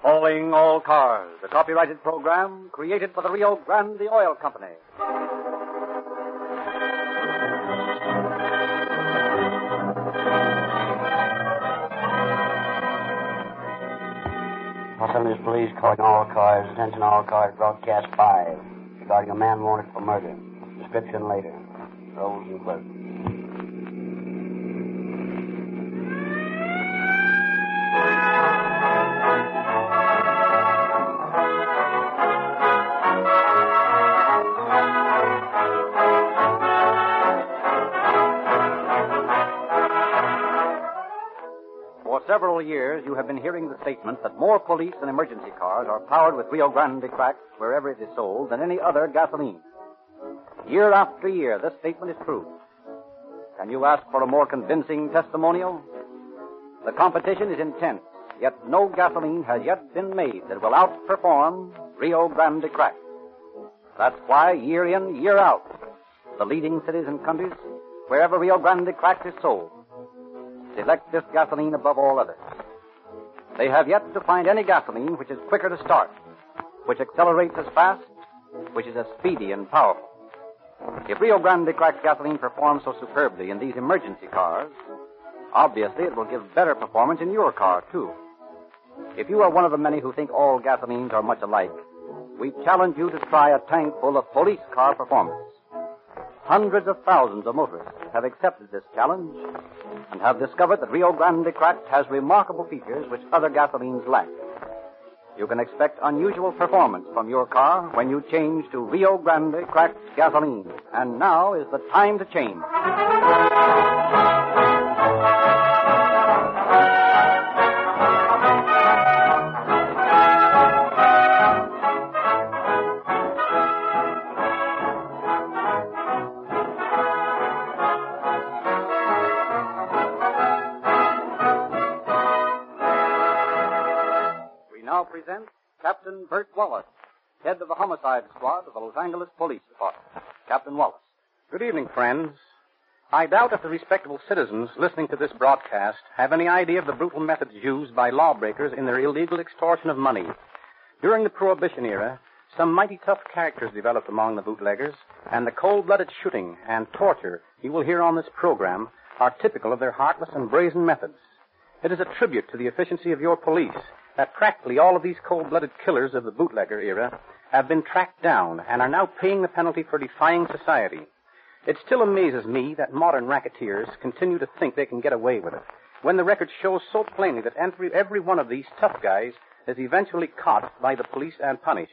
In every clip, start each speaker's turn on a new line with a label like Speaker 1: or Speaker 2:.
Speaker 1: Calling all cars, a copyrighted program created for the Rio Grande Oil Company.
Speaker 2: Los Angeles Police calling all cars. Attention all cars. Broadcast 5. Regarding a man wanted for murder. Description later. Rosenberg.
Speaker 1: For several years, you have been hearing the statement that more police and emergency cars are powered with Rio Grande crack wherever it is sold than any other gasoline. Year after year, this statement is true. Can you ask for a more convincing testimonial? The competition is intense, yet no gasoline has yet been made that will outperform Rio Grande crack. That's why, year in, year out, the leading cities and countries, wherever Rio Grande crack is sold, select this gasoline above all others. They have yet to find any gasoline which is quicker to start, which accelerates as fast, which is as speedy and powerful. If Rio Grande cracked gasoline performs so superbly in these emergency cars, obviously it will give better performance in your car, too. If you are one of the many who think all gasolines are much alike, we challenge you to try a tank full of police car performance. Hundreds of thousands of motorists have accepted this challenge and have discovered that Rio Grande Cracked has remarkable features which other gasolines lack. You can expect unusual performance from your car when you change to Rio Grande Cracked gasoline. And now is the time to change. We now present Captain Bert Wallace, head of the homicide squad of the Los Angeles Police Department. Captain Wallace.
Speaker 3: Good evening, friends. I doubt if the respectable citizens listening to this broadcast have any idea of the brutal methods used by lawbreakers in their illegal extortion of money. During the Prohibition era, some mighty tough characters developed among the bootleggers, and the cold blooded shooting and torture you will hear on this program are typical of their heartless and brazen methods. It is a tribute to the efficiency of your police that practically all of these cold blooded killers of the bootlegger era have been tracked down and are now paying the penalty for defying society. It still amazes me that modern racketeers continue to think they can get away with it, when the record shows so plainly that every, every one of these tough guys is eventually caught by the police and punished.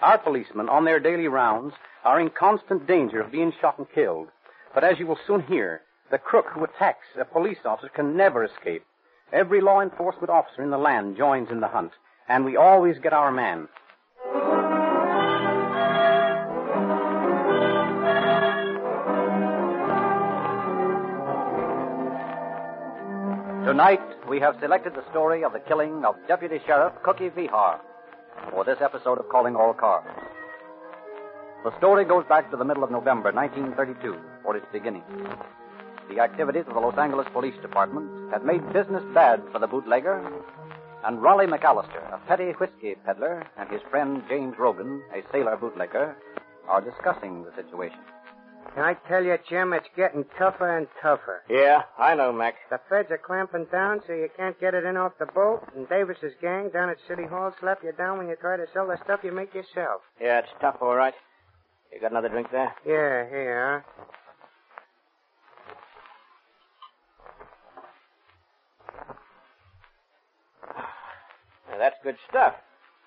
Speaker 3: Our policemen, on their daily rounds, are in constant danger of being shot and killed. But as you will soon hear, the crook who attacks a police officer can never escape. Every law enforcement officer in the land joins in the hunt, and we always get our man.
Speaker 1: Tonight, we have selected the story of the killing of Deputy Sheriff Cookie Vihar for this episode of Calling All Cars. The story goes back to the middle of November 1932 for its beginning. The activities of the Los Angeles Police Department had made business bad for the bootlegger, and Raleigh McAllister, a petty whiskey peddler, and his friend James Rogan, a sailor bootlegger, are discussing the situation.
Speaker 4: Can I tell you, Jim, it's getting tougher and tougher.
Speaker 3: Yeah, I know, Mac.
Speaker 4: The feds are clamping down so you can't get it in off the boat, and Davis's gang down at City Hall slap you down when you try to sell the stuff you make yourself.
Speaker 2: Yeah, it's tough, all right. You got another drink there?
Speaker 4: Yeah, here.
Speaker 2: Yeah, that's good stuff.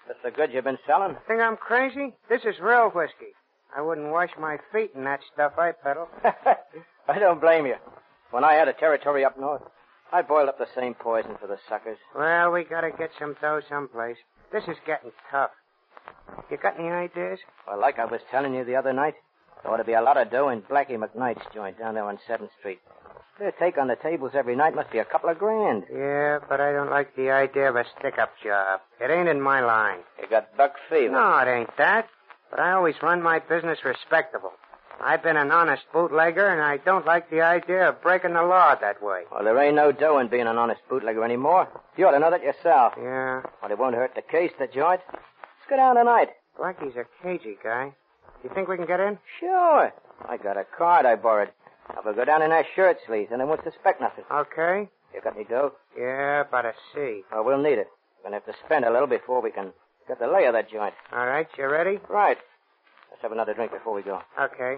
Speaker 2: That's the good you've been selling?
Speaker 4: Think I'm crazy? This is real whiskey. I wouldn't wash my feet in that stuff I peddle.
Speaker 2: I don't blame you. When I had a territory up north, I boiled up the same poison for the suckers.
Speaker 4: Well, we gotta get some dough someplace. This is getting tough. You got any ideas?
Speaker 2: Well, like I was telling you the other night, there ought to be a lot of dough in Blackie McKnight's joint down there on 7th Street. Their take on the tables every night must be a couple of grand.
Speaker 4: Yeah, but I don't like the idea of a stick-up job. It ain't in my line.
Speaker 2: You got buck fever.
Speaker 4: No, it ain't that. But I always run my business respectable. I've been an honest bootlegger, and I don't like the idea of breaking the law that way.
Speaker 1: Well, there ain't no dough in being an honest bootlegger anymore. You ought to know that yourself.
Speaker 4: Yeah.
Speaker 1: Well, it won't hurt the case, the joint. Let's go down tonight.
Speaker 4: Blackie's a cagey guy. You think we can get in?
Speaker 1: Sure. I got a card I borrowed. Now, we'll go down in our shirt sleeves, and they won't suspect nothing.
Speaker 4: Okay.
Speaker 1: You got any dough?
Speaker 4: Yeah, but a C.
Speaker 1: Well, we'll need it. We're going to have to spend a little before we can get the lay of that joint.
Speaker 4: All right, you ready?
Speaker 1: Right. Let's have another drink before we go.
Speaker 4: Okay.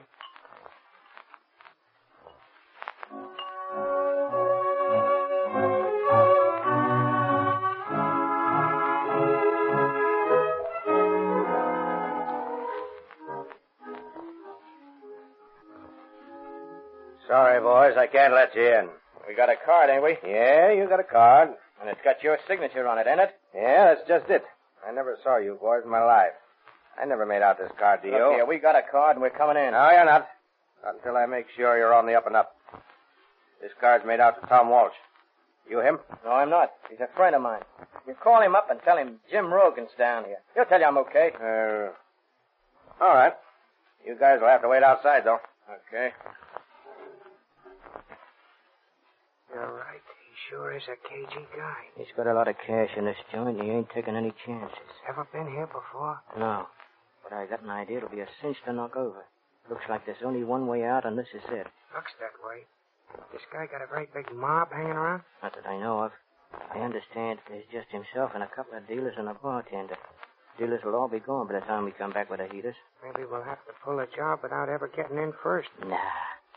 Speaker 1: Sorry, boys, I can't let you in. We got a card, ain't we? Yeah, you got a card. And it's got your signature on it, ain't it? Yeah, that's just it. I never saw you boys in my life. I never made out this card to
Speaker 5: you.
Speaker 1: Yeah, we got a card and we're coming in. No, you're not. Not until I make sure you're on the up and up. This card's made out to Tom Walsh. You him? No, I'm not. He's a friend of mine. You call him up and tell him Jim Rogan's down here. He'll tell you I'm okay. Uh, all right. You guys will have to wait outside, though. Okay.
Speaker 4: You're right. He sure is a cagey guy.
Speaker 1: He's got a lot of cash in this joint. He ain't taking any chances.
Speaker 4: Ever been here before?
Speaker 1: No. But I got an idea it'll be a cinch to knock over. Looks like there's only one way out, and this is it.
Speaker 4: Looks that way. This guy got a very big mob hanging around.
Speaker 1: Not that I know of. I understand there's just himself and a couple of dealers and a bartender. Dealers will all be gone by the time we come back with the heaters.
Speaker 4: Maybe we'll have to pull a job without ever getting in first.
Speaker 1: Nah,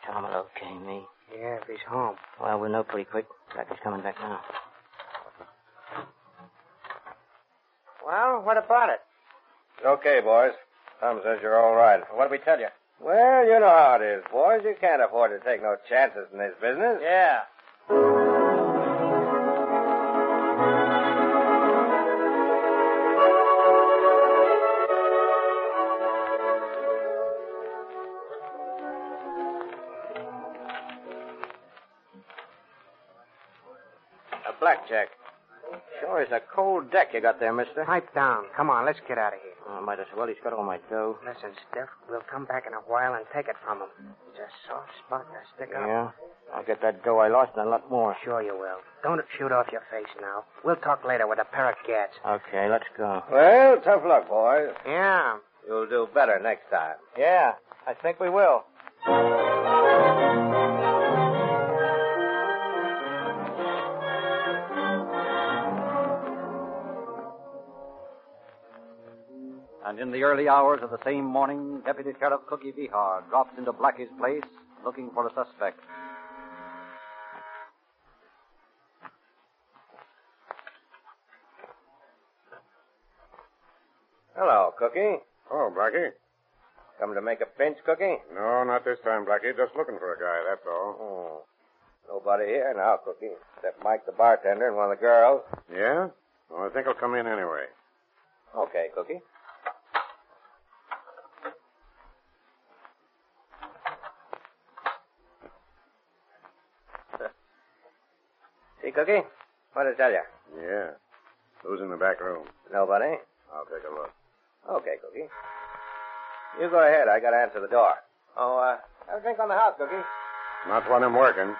Speaker 1: Tom will okay me.
Speaker 4: Yeah, if he's home.
Speaker 1: Well, we'll know pretty quick. Like he's coming back now.
Speaker 4: Well, what about it?
Speaker 5: It's okay, boys. Tom says you're all right. What did we tell you? Well, you know how it is, boys. You can't afford to take no chances in this business.
Speaker 1: Yeah. A blackjack. Sure is a cold deck you got there, mister.
Speaker 4: Pipe down. Come on, let's get out of here.
Speaker 1: Oh, might as well. He's got all my dough.
Speaker 4: Listen, Steph, we'll come back in a while and take it from him. It's a soft spot to stick up.
Speaker 1: Yeah. I'll get that dough I lost and a lot more.
Speaker 4: Sure you will. Don't shoot off your face now. We'll talk later with a pair of cats.
Speaker 1: Okay, let's go.
Speaker 5: Well, tough luck, boys.
Speaker 4: Yeah.
Speaker 5: You'll do better next time.
Speaker 1: Yeah, I think we will.
Speaker 5: And in the early hours of the same morning, Deputy Sheriff Cookie Vihar drops into Blackie's place looking for a suspect.
Speaker 1: Hello, Cookie.
Speaker 2: Oh, Blackie?
Speaker 1: Come to make a pinch, Cookie?
Speaker 2: No, not this time, Blackie. Just looking for a guy, that's all.
Speaker 1: Hmm. Nobody here now, Cookie, except Mike the bartender and one of the girls.
Speaker 2: Yeah? Well, I think he'll come in anyway.
Speaker 1: Okay, Cookie. See, Cookie? What did I tell you?
Speaker 2: Yeah. Who's in the back room?
Speaker 1: Nobody.
Speaker 2: I'll take a look.
Speaker 1: Okay, Cookie. You go ahead. I gotta answer the door. Oh, uh, have a drink on the house, Cookie.
Speaker 2: Not when I'm working.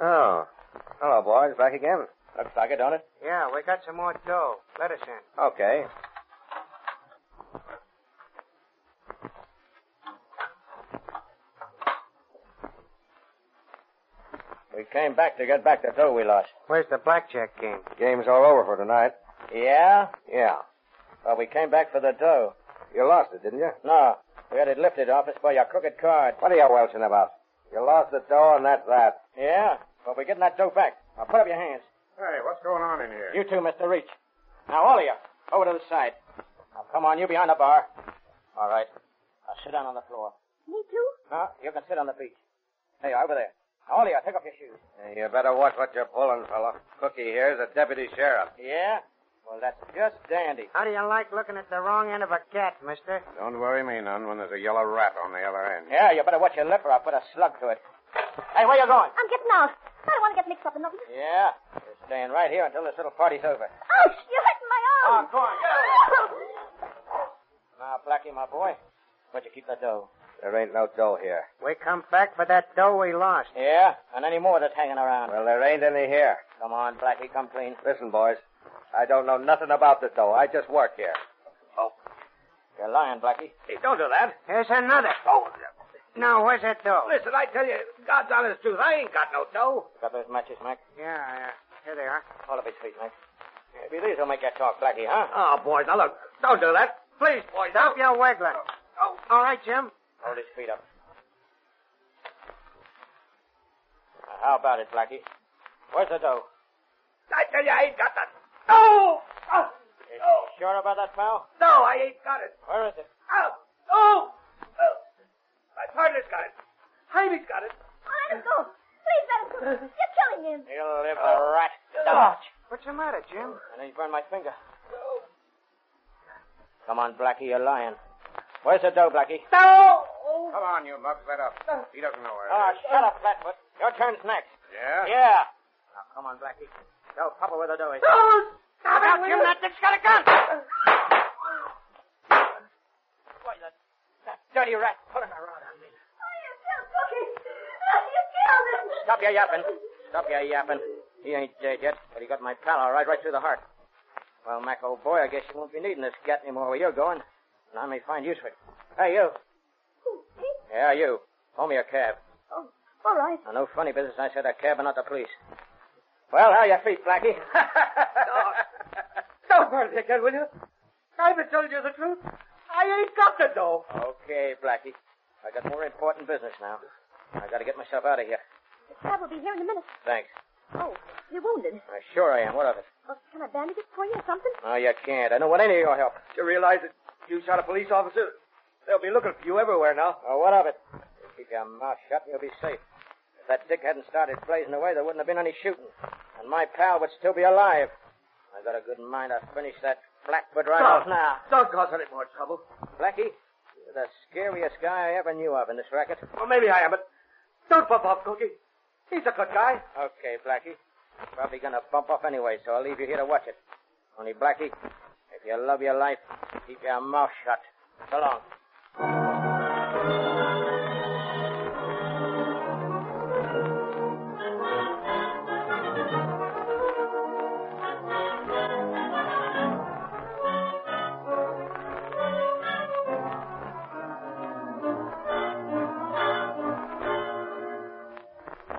Speaker 1: Oh. Hello, boys. Back again. Looks like it, don't it?
Speaker 4: Yeah, we got some more dough. Let us in.
Speaker 1: Okay. We came back to get back the dough we lost.
Speaker 4: Where's the blackjack game?
Speaker 1: Game's all over for tonight. Yeah? Yeah. Well, we came back for the dough. You lost it, didn't you? No. We had it lifted off us by your crooked card. What are you welching about? You lost the dough and that's that. Yeah? But we're getting that dough back. Now put up your hands.
Speaker 2: Hey, what's going on in here?
Speaker 1: You too, Mr. Reach. Now, all of you, over to the side. Now, come on, you behind the bar. All right. Now, sit down on the floor.
Speaker 6: Me too?
Speaker 1: Huh? You can sit on the beach. Hey, over there. Now, all of you, take off your shoes.
Speaker 5: You better watch what you're pulling, fella. Cookie here's a deputy sheriff.
Speaker 1: Yeah? Well, that's just dandy.
Speaker 4: How do you like looking at the wrong end of a cat, mister?
Speaker 2: Don't worry me none when there's a yellow rat on the other end.
Speaker 1: Yeah, you better watch your lip or I'll put a slug to it. Hey, where you going?
Speaker 6: I'm getting out. I don't want to get mixed up in nothing.
Speaker 1: Yeah. You're staying right here until this little party's over.
Speaker 6: Ouch! Oh, You're hurting my arm.
Speaker 1: Ah, come on, get Now, Blackie, my boy, where'd you keep that dough?
Speaker 2: There ain't no dough here.
Speaker 4: We come back for that dough we lost.
Speaker 1: Yeah, and any more that's hanging around.
Speaker 2: Well, there ain't any here.
Speaker 1: Come on, Blackie, come clean.
Speaker 2: Listen, boys. I don't know nothing about this dough. I just work here.
Speaker 1: Oh. You're lying, Blackie.
Speaker 7: Hey, don't do that.
Speaker 4: Here's another.
Speaker 7: Oh,
Speaker 4: Now, where's that dough?
Speaker 7: listen, I tell you, God's honest truth, I ain't got no dough.
Speaker 1: Got those matches, Mac?
Speaker 4: Yeah, yeah. Here they are.
Speaker 1: All of his feet, Mac. Maybe these will make you talk, Blackie, huh?
Speaker 7: Oh, boys, now look, don't do that. Please, boys,
Speaker 4: Stop
Speaker 7: now.
Speaker 4: your wiggling.
Speaker 7: Oh,
Speaker 4: All right, Jim.
Speaker 1: Hold his feet up. Now, how about it, Blackie? Where's the dough?
Speaker 7: I tell you, I ain't got that. No! Oh,
Speaker 1: You
Speaker 7: no,
Speaker 1: Sure about that, pal?
Speaker 7: no, I ain't got it.
Speaker 1: Where is it?
Speaker 7: Oh, no! Oh, my partner's got it. Heidi's got it.
Speaker 8: Oh, let him go. Please let him go. You're killing him.
Speaker 1: He'll live the
Speaker 7: Oh.
Speaker 1: rat.
Speaker 4: What's the matter, Jim?
Speaker 1: And he's burned my finger. Come on, Blackie, you're lying. Where's the dough, Blackie?
Speaker 7: No!
Speaker 2: Come on, you mugs. Let up. He doesn't know where
Speaker 1: Oh,
Speaker 2: it is.
Speaker 1: shut up, Flatfoot. Your turn's next.
Speaker 2: Yeah?
Speaker 1: Yeah. Now, come on, Blackie. Go, Papa, where the dough is.
Speaker 7: No! Stop
Speaker 4: Now,
Speaker 7: it,
Speaker 4: Jim,
Speaker 7: will you?
Speaker 4: that dick's got a gun.
Speaker 1: Why, that, that dirty rat pulling around on me.
Speaker 8: Oh, you killed Cookie. You killed him.
Speaker 1: Stop your yapping. Stop your yapping. He ain't dead yet, but he got my pal all right, right through the heart. Well, Mac, old boy, I guess you won't be needing this gat anymore where you're going. And I may find use for it. Hey, you.
Speaker 8: Who, me?
Speaker 1: Yeah, you. Hold me a cab.
Speaker 8: Oh, all right.
Speaker 1: Now, no funny business. I said a cab and not the police. Well, how are your feet, Blackie?
Speaker 7: Don't burn it again, will you? I've been telling you the truth. I ain't got the dough.
Speaker 1: okay, Blackie. I got more important business now. I gotta get myself out of here.
Speaker 8: The cab will be here in a minute.
Speaker 1: Thanks.
Speaker 8: Oh, you're wounded.
Speaker 1: Uh, sure I am. What of it?
Speaker 8: Oh, can I bandage it for you or something?
Speaker 1: No, you can't. I don't want any of your help.
Speaker 7: You realize that you shot a police officer? They'll be looking for you everywhere now.
Speaker 1: Oh, what of it? You keep your mouth shut and you'll be safe. If that dick hadn't started blazing away, there wouldn't have been any shooting. And my pal would still be alive. I got a good mind to finish that flatfoot right off now.
Speaker 7: Don't cause any more trouble.
Speaker 1: Blackie, you're the scariest guy I ever knew of in this racket.
Speaker 7: Well, maybe I am, but don't bump off Cookie. He's a good guy.
Speaker 1: Okay, Blackie. Probably gonna bump off anyway, so I'll leave you here to watch it. Only, Blackie, if you love your life, keep your mouth shut. So long.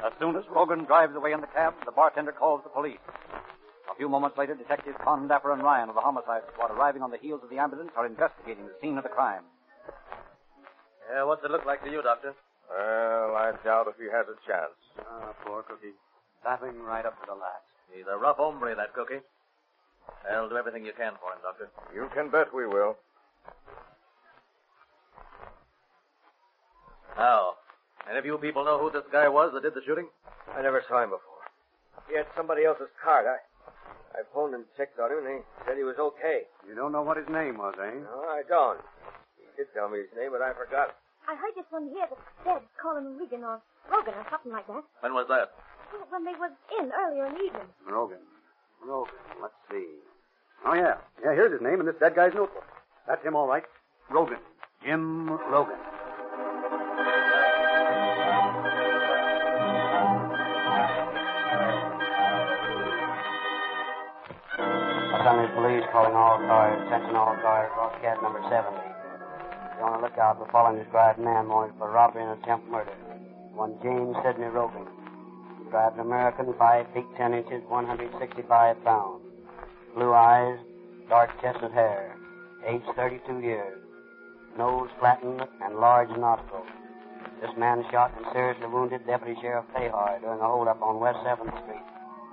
Speaker 9: As soon as Rogan drives away in the cab, the bartender calls the police. A few moments later, Detectives Condapper and Ryan of the homicide squad, arriving on the heels of the ambulance, are investigating the scene of the crime.
Speaker 1: Yeah, what's it look like to you, Doctor?
Speaker 2: Well, I doubt if he has a chance.
Speaker 9: Ah, poor Cookie. Laughing right up to the last.
Speaker 1: He's a rough hombre, that cookie. I'll do everything you can for him, Doctor.
Speaker 2: You can bet we will.
Speaker 1: How? And if you people know who this guy was that did the shooting?
Speaker 7: I never saw him before. He had somebody else's card. I, I phoned and checked on him, and he said he was okay.
Speaker 10: You don't know what his name was, eh?
Speaker 7: No, I don't. He did tell me his name, but I forgot.
Speaker 8: I heard this one here that's dead call him Regan or Rogan or something like that.
Speaker 1: When was that?
Speaker 8: Oh, When they was in earlier in the evening.
Speaker 10: Rogan. Rogan. Let's see. Oh, yeah. Yeah, here's his name in this dead guy's notebook. That's him, all right. Rogan. Jim Rogan.
Speaker 5: Montgomery Police calling all cars. Attention all cars. Broadcast number 70. Be on the lookout for following described man wanted for robbery and attempt murder. One James Sidney Rogan. Described American, 5 feet 10 inches, 165 pounds. Blue eyes, dark chestnut hair. Age 32 years. Nose flattened and large nostrils. This man shot and seriously wounded Deputy Sheriff Fahar during a holdup on West 7th Street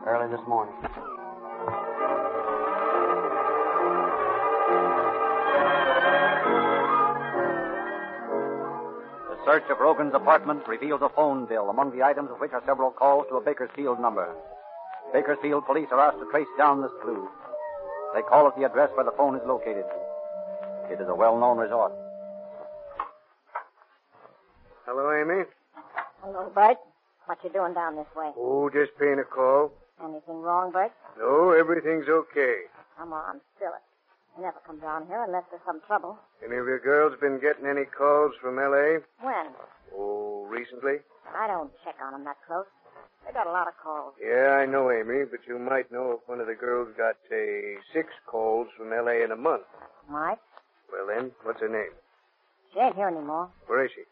Speaker 5: early this morning.
Speaker 9: The search of Rogan's apartment reveals a phone bill, among the items of which are several calls to a Bakersfield number. Bakersfield police are asked to trace down this clue. They call at the address where the phone is located. It is a well-known resort.
Speaker 4: Hello, Amy.
Speaker 8: Hello, Bert. What you doing down this way?
Speaker 4: Oh, just paying a call.
Speaker 8: Anything wrong, Bert?
Speaker 11: No, everything's okay.
Speaker 8: Come on, spill it. You never come down here unless there's some trouble.
Speaker 11: Any of your girls been getting any calls from L.A.?
Speaker 8: When?
Speaker 11: Oh, recently?
Speaker 8: I don't check on them that close. They got a lot of calls.
Speaker 11: Yeah, I know, Amy, but you might know if one of the girls got, say, six calls from L.A. in a month.
Speaker 8: Mike?
Speaker 11: Well, then, what's her name?
Speaker 8: She ain't here anymore.
Speaker 11: Where is she?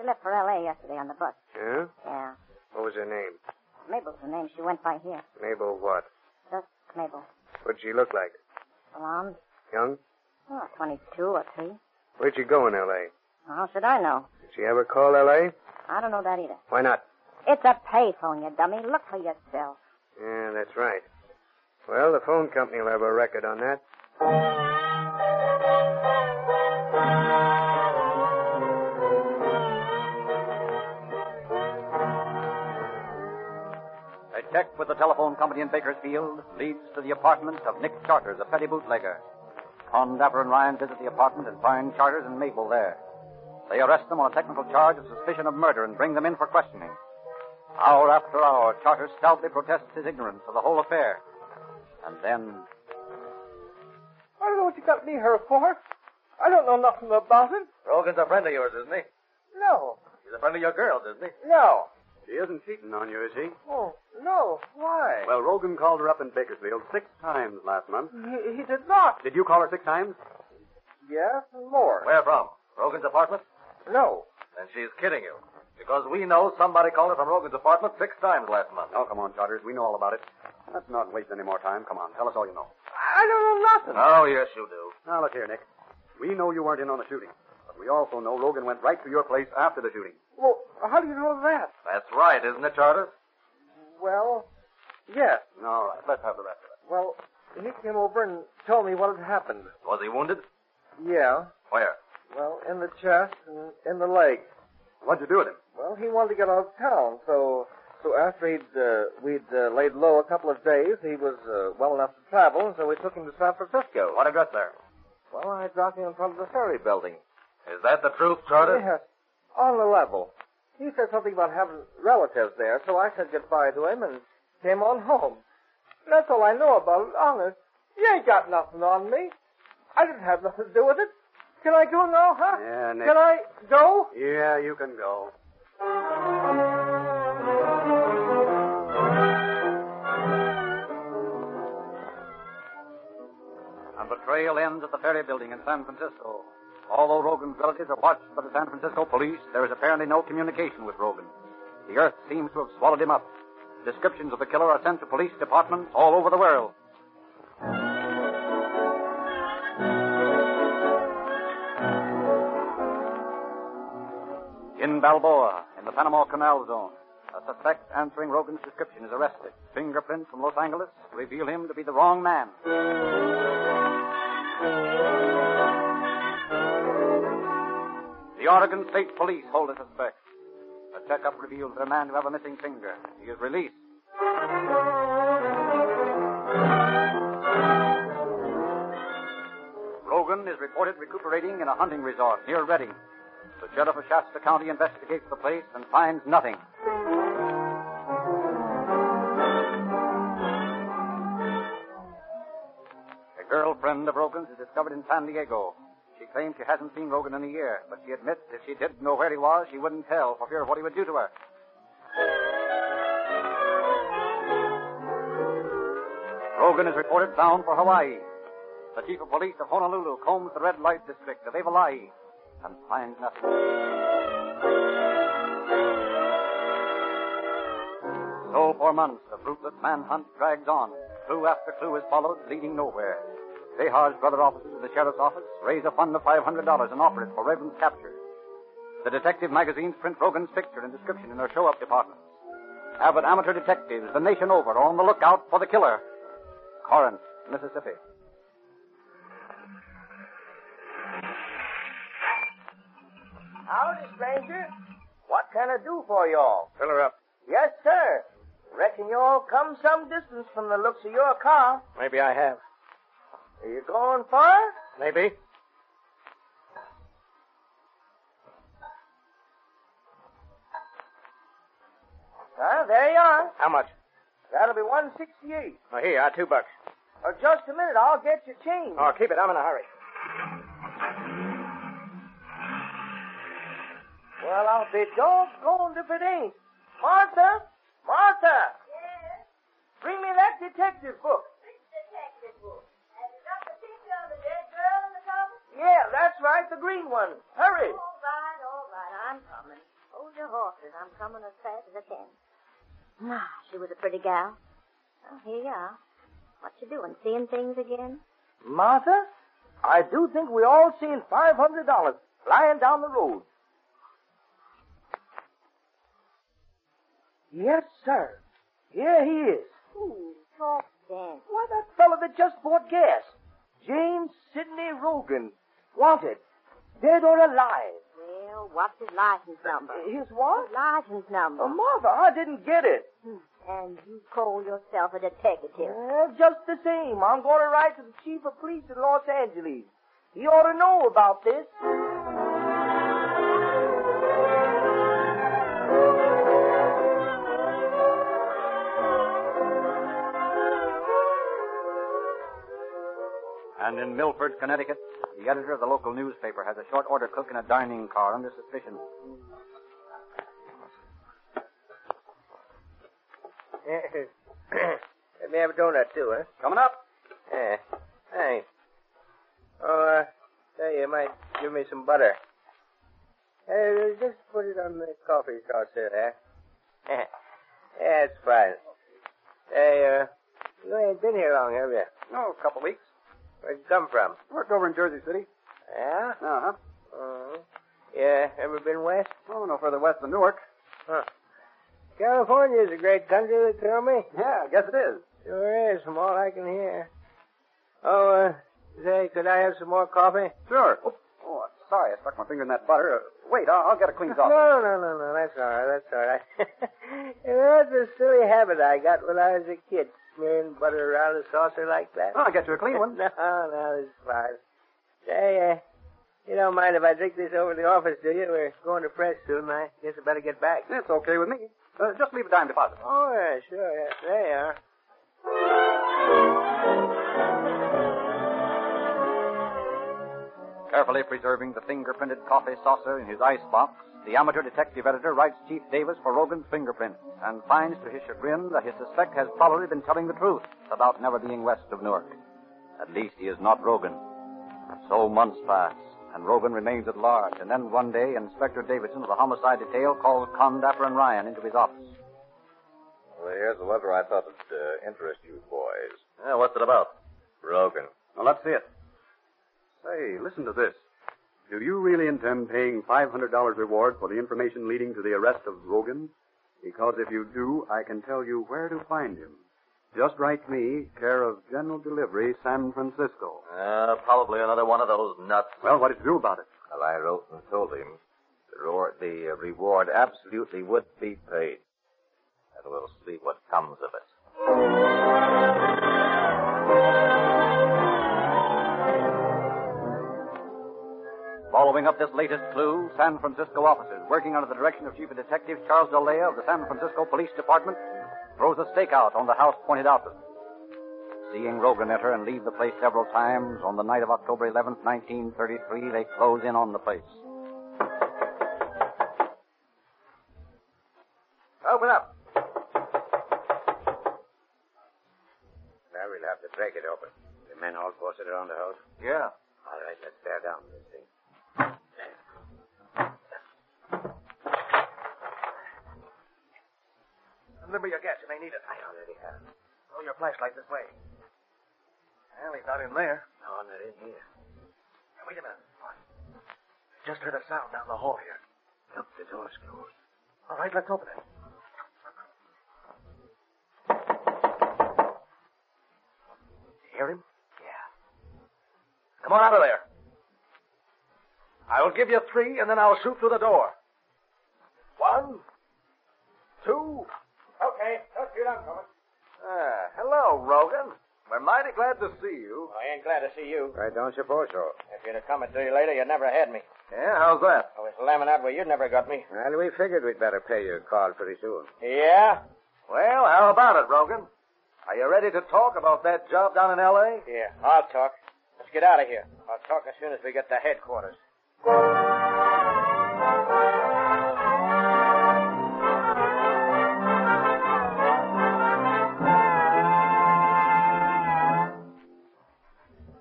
Speaker 8: She left for L.A. yesterday on the bus.
Speaker 11: Huh?
Speaker 8: Yeah.
Speaker 11: What was her name?
Speaker 8: Mabel's the name she went by here.
Speaker 11: Mabel what?
Speaker 8: Just Mabel.
Speaker 11: What'd she look like?
Speaker 8: Blonde.
Speaker 11: Young?
Speaker 8: Oh, 22 or 3.
Speaker 11: Where'd she go in L.A.?
Speaker 8: How should I know?
Speaker 11: Did she ever call L.A.?
Speaker 8: I don't know that either.
Speaker 11: Why not?
Speaker 8: It's a payphone, you dummy. Look for yourself.
Speaker 11: Yeah, that's right. Well, the phone company will have a record on that.
Speaker 1: A check with the telephone company in Bakersfield leads to the apartment of Nick Charters, a petty bootlegger. Con Dapper and Ryan visit the apartment and find Charters and Mabel there. They arrest them on a technical charge of suspicion of murder and bring them in for questioning. Hour after hour, Charters stoutly protests his ignorance of the whole affair. And then
Speaker 2: I don't know what you got me here for. I don't know nothing about it.
Speaker 12: Rogan's a friend of yours, isn't he?
Speaker 2: No,
Speaker 12: He's a friend of your girl's, isn't he?
Speaker 2: no.
Speaker 12: She isn't cheating on you, is she?
Speaker 2: Oh, no. Why?
Speaker 12: Well, Rogan called her up in Bakersfield six times last month.
Speaker 2: He, he did not.
Speaker 12: Did you call her six times?
Speaker 2: Yes, Lord.
Speaker 12: Where from? Rogan's apartment?
Speaker 2: No.
Speaker 12: Then she's kidding you. Because we know somebody called her from Rogan's apartment six times last month. Oh, come on, Charters. We know all about it. Let's not waste any more time. Come on, tell us all you know.
Speaker 2: I don't know nothing.
Speaker 12: Oh, yes, you do. Now, look here, Nick. We know you weren't in on the shooting. But we also know Rogan went right to your place after the shooting.
Speaker 2: Well, how do you know that?
Speaker 12: That's right, isn't it, Charters?
Speaker 2: Well, yes.
Speaker 12: All right, let's have the rest of it.
Speaker 2: Well, he came over and told me what had happened.
Speaker 12: Was he wounded?
Speaker 2: Yeah.
Speaker 12: Where?
Speaker 2: Well, in the chest and in the leg.
Speaker 12: What'd you do with him?
Speaker 2: Well, he wanted to get out of town, so so after he'd uh, we'd uh, laid low a couple of days, he was uh, well enough to travel, so we took him to San Francisco.
Speaker 12: What address there?
Speaker 2: Well, I dropped him in front of the ferry building.
Speaker 12: Is that the truth, Charters?
Speaker 2: Yes, on the level. He said something about having relatives there, so I said goodbye to him and came on home. That's all I know about it, honest. You ain't got nothing on me. I didn't have nothing to do with it. Can I go now, huh?
Speaker 12: Yeah, Nick.
Speaker 2: Can I go?
Speaker 12: Yeah, you can go.
Speaker 1: And the trail ends at the ferry building in San Francisco. Although Rogan's relatives are watched by the San Francisco police, there is apparently no communication with Rogan. The earth seems to have swallowed him up. Descriptions of the killer are sent to police departments all over the world. In Balboa, in the Panama Canal Zone, a suspect answering Rogan's description is arrested. Fingerprints from Los Angeles reveal him to be the wrong man. The Oregon State Police hold a suspect. A checkup reveals that a man who have a missing finger. He is released. Rogan is reported recuperating in a hunting resort near Redding. The sheriff of Shasta County investigates the place and finds nothing. A girlfriend of Rogan's is discovered in San Diego. She claims she hasn't seen Rogan in a year, but she admits if she didn't know where he was, she wouldn't tell for fear of what he would do to her. Rogan is reported bound for Hawaii. The chief of police of Honolulu combs the red light district of Avalai and finds nothing. So for months, the fruitless manhunt drags on. Clue after clue is followed, leading nowhere. Behar's brother officers of the sheriff's office raise a fund of $500 and offer it for Raven's capture. The detective magazines print Rogan's picture and description in their show-up departments. Avid amateur detectives the nation over are on the lookout for the killer. Corinth, Mississippi.
Speaker 2: Howdy, stranger. What can I do for y'all?
Speaker 11: Fill her up.
Speaker 2: Yes, sir. Reckon y'all come some distance from the looks of your car.
Speaker 11: Maybe I have.
Speaker 2: Are you going far?
Speaker 11: Maybe.
Speaker 2: Huh? There you are.
Speaker 11: How much? That'll be 168.
Speaker 2: Oh, here, you are two bucks.
Speaker 11: Oh, just a minute. I'll get your change.
Speaker 2: Oh, keep it. I'm in a hurry.
Speaker 11: Well, I'll be doggone if it ain't. Martha? Martha?
Speaker 8: Yes,
Speaker 11: Bring me that detective book.
Speaker 8: it's detective wolf. Have you got the picture of the dead girl in the cover?
Speaker 11: Yeah, that's right, the green one. Hurry.
Speaker 8: All right, all right, I'm coming. Hold your horses, I'm coming as fast as I can. Ah, she was a pretty gal. Well, here you are. What you doing, seeing things again?
Speaker 11: Martha? I do think we all seen $500 lying down the road. Yes, sir. Here he is.
Speaker 8: Ooh, talk then.
Speaker 11: Why, that fellow that just bought gas. James Sidney Rogan. Wanted. Dead or alive.
Speaker 8: Well, what's his license number?
Speaker 11: His what?
Speaker 8: License number.
Speaker 11: Oh, Martha, I didn't get it.
Speaker 8: Mm-hmm. And you call yourself a detective.
Speaker 11: Well, just the same, I'm going to write to the chief of police in Los Angeles. He ought to know about this.
Speaker 1: And in Milford, Connecticut, the editor of the local newspaper has a short order cook in a dining car under suspicion.
Speaker 2: Let me have a donut, too, huh?
Speaker 1: Coming up.
Speaker 2: Yeah. Thanks. Oh, uh, say, you might give me some butter. Hey, just put it on the coffee sauce there, huh? yeah, it's fine. Hey, uh, you ain't been here long, have you?
Speaker 12: No, Oh, a couple weeks.
Speaker 2: Where'd you come from?
Speaker 12: Worked over in Jersey City.
Speaker 2: Yeah?
Speaker 12: Uh huh.
Speaker 2: Uh, yeah, ever been west?
Speaker 12: Oh, no further west than Newark.
Speaker 2: California's a great country, they tell me.
Speaker 12: Yeah, I guess it is.
Speaker 2: Sure is, from all I can hear. Oh, uh, say, could I have some more coffee?
Speaker 12: Sure. Oh, oh, sorry, I stuck my finger in that butter. Uh, wait, I'll, I'll get it cleaned
Speaker 2: No,
Speaker 12: off.
Speaker 2: no, no, no, that's all right, that's all right. You know, that's a silly habit I got when I was a kid, smearing butter around a saucer like that.
Speaker 13: Oh,
Speaker 12: I'll get you a clean one.
Speaker 2: no, no, it's fine. Say, uh, you don't mind if I drink this over to the office, do you? We're going to press soon, I guess I better get back.
Speaker 12: It's okay with me. Uh, just leave a dime deposit.
Speaker 2: Oh, yeah, sure, yeah, there you are.
Speaker 1: Carefully preserving the fingerprinted coffee saucer in his icebox, the amateur detective editor writes Chief Davis for Rogan's fingerprints and finds to his chagrin that his suspect has probably been telling the truth about never being west of Newark. At least he is not Rogan. So months pass, and Rogan remains at large, and then one day Inspector Davidson of the homicide detail calls Condapper and Ryan into his office.
Speaker 13: Well, here's the letter I thought would uh, interest you boys.
Speaker 12: Yeah, what's it about?
Speaker 13: Rogan.
Speaker 12: Well, let's see it. Say, listen to this. Do you really intend paying $500 reward for the information leading to the arrest of Rogan? Because if you do, I can tell you where to find him. Just write me, care of General Delivery, San Francisco.
Speaker 13: Uh, probably another one of those nuts.
Speaker 12: Well, what did you do about it?
Speaker 13: Well, I wrote and told him the reward, the uh, reward absolutely would be paid. And we'll see what comes of it.
Speaker 1: Following up this latest clue, San Francisco officers, working under the direction of Chief of Detective Charles D'Alea of the San Francisco Police Department, throws a stakeout on the house pointed out to them. Seeing Rogan enter and leave the place several times, on the night of October 11th, 1933, they close in on the place.
Speaker 12: Open up.
Speaker 2: Now we'll have to break it open. The men all posted around the house.
Speaker 12: Yeah.
Speaker 2: All right, let's tear down this thing.
Speaker 11: Remember your gas. You may need it.
Speaker 2: I already have.
Speaker 11: Throw your flashlight this way. Well, he's not in there.
Speaker 2: No, not in here.
Speaker 11: Now, wait a minute. What? Just heard a sound down the hall here.
Speaker 2: Look, the door's closed.
Speaker 11: All right, let's open it. You hear him? Yeah. Come on out of there. I will give you three, and then I'll shoot through the door. One, two. Okay, don't shoot. I'm coming.
Speaker 12: Ah, hello, Rogan. We're mighty glad to see you.
Speaker 2: Oh, I ain't glad to see you.
Speaker 12: I don't suppose so.
Speaker 2: If you'd have come a day later, you'd never had me.
Speaker 12: Yeah, how's that?
Speaker 2: I was lamming out where you never got me.
Speaker 11: Well, we figured we'd better pay your call pretty soon.
Speaker 2: Yeah?
Speaker 11: Well, how about it, Rogan? Are you ready to talk about that job down in L.A.?
Speaker 2: Yeah, I'll talk. Let's get out of here. I'll talk as soon as we get to headquarters.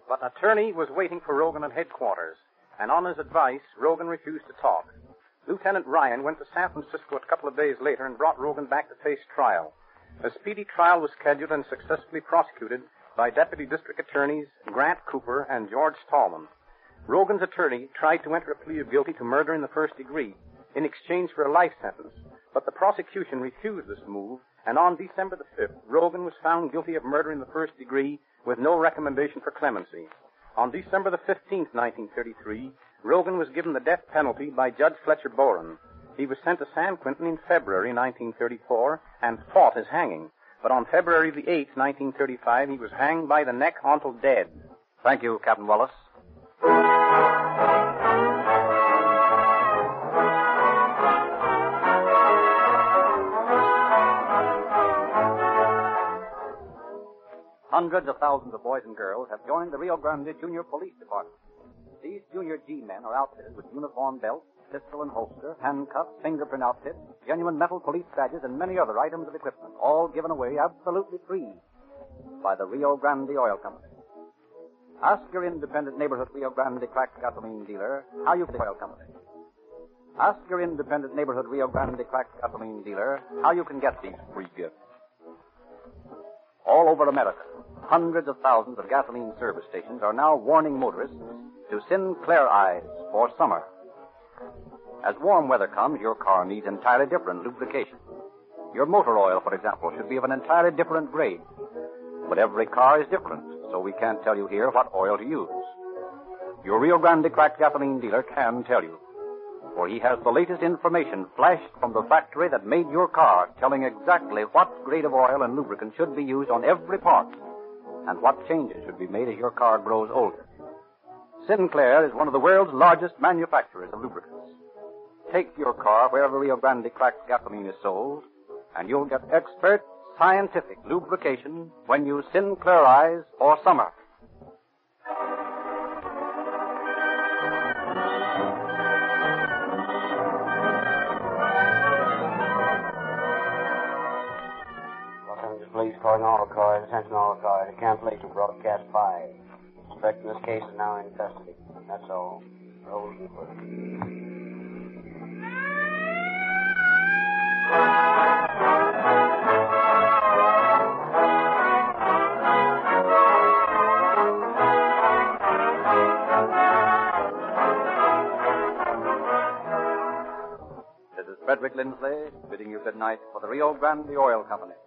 Speaker 3: But an attorney was waiting for Rogan at headquarters, and on his advice, Rogan refused to talk. Lieutenant Ryan went to San Francisco a couple of days later and brought Rogan back to face trial. A speedy trial was scheduled and successfully prosecuted by Deputy District Attorneys Grant Cooper and George Stallman. Rogan's attorney tried to enter a plea of guilty to murder in the first degree in exchange for a life sentence, but the prosecution refused this move, and on December the 5th, Rogan was found guilty of murder in the first degree with no recommendation for clemency. On December the 15th, 1933, Rogan was given the death penalty by Judge Fletcher Boren. He was sent to San Quentin in February 1934 and fought his hanging. But on February the 8th, 1935, he was hanged by the neck until dead.
Speaker 1: Thank you, Captain Wallace. Hundreds of thousands of boys and girls have joined the Rio Grande Junior Police Department. These junior G men are outfitted with uniform belts, pistol and holster, handcuffs, fingerprint outfits, genuine metal police badges, and many other items of equipment, all given away absolutely free by the Rio Grande Oil Company. Ask your independent neighborhood Rio Grande crack gasoline dealer how you get the oil company. Ask your independent neighborhood Rio Grande crack gasoline dealer how you can get these free gifts. All over America, hundreds of thousands of gasoline service stations are now warning motorists to Sinclair Eyes for summer. As warm weather comes, your car needs entirely different lubrication. Your motor oil, for example, should be of an entirely different grade. But every car is different, so we can't tell you here what oil to use. Your Rio Grande cracked gasoline dealer can tell you, for he has the latest information flashed from the factory that made your car, telling exactly what grade of oil and lubricant should be used on every part, and what changes should be made as your car grows older. Sinclair is one of the world's largest manufacturers of lubricants. Take your car wherever Rio Grande cracked gasoline is sold, and you'll get expert, scientific lubrication when you Sinclairize for summer.
Speaker 5: Los Angeles Police calling all cars, attention all cars, cancellation broadcast 5. Suspect in this case is now in custody. That's all. Rosenwood.
Speaker 1: This is Frederick Lindsley bidding you good night for the Rio Grande Oil Company.